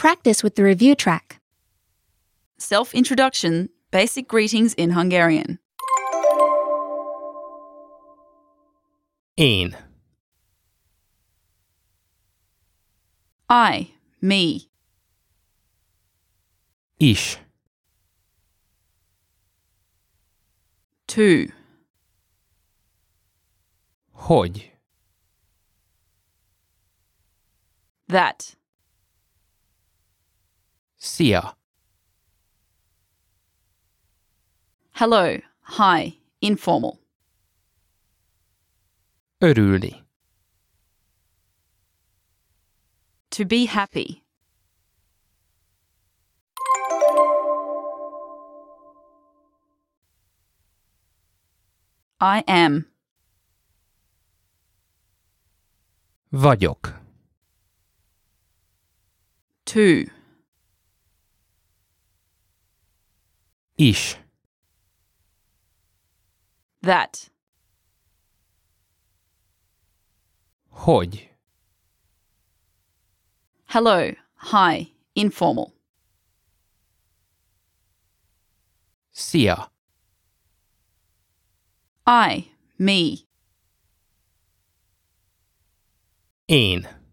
practice with the review track. Self introduction, basic greetings in Hungarian. Én. I, me, Is. to, Hogy. that, Szia. hello, hi, informal, Örülni. to be happy, I am, Vagyok. to, Is. that, Hogy. hello, hi, informal, Szia. I, me, Én.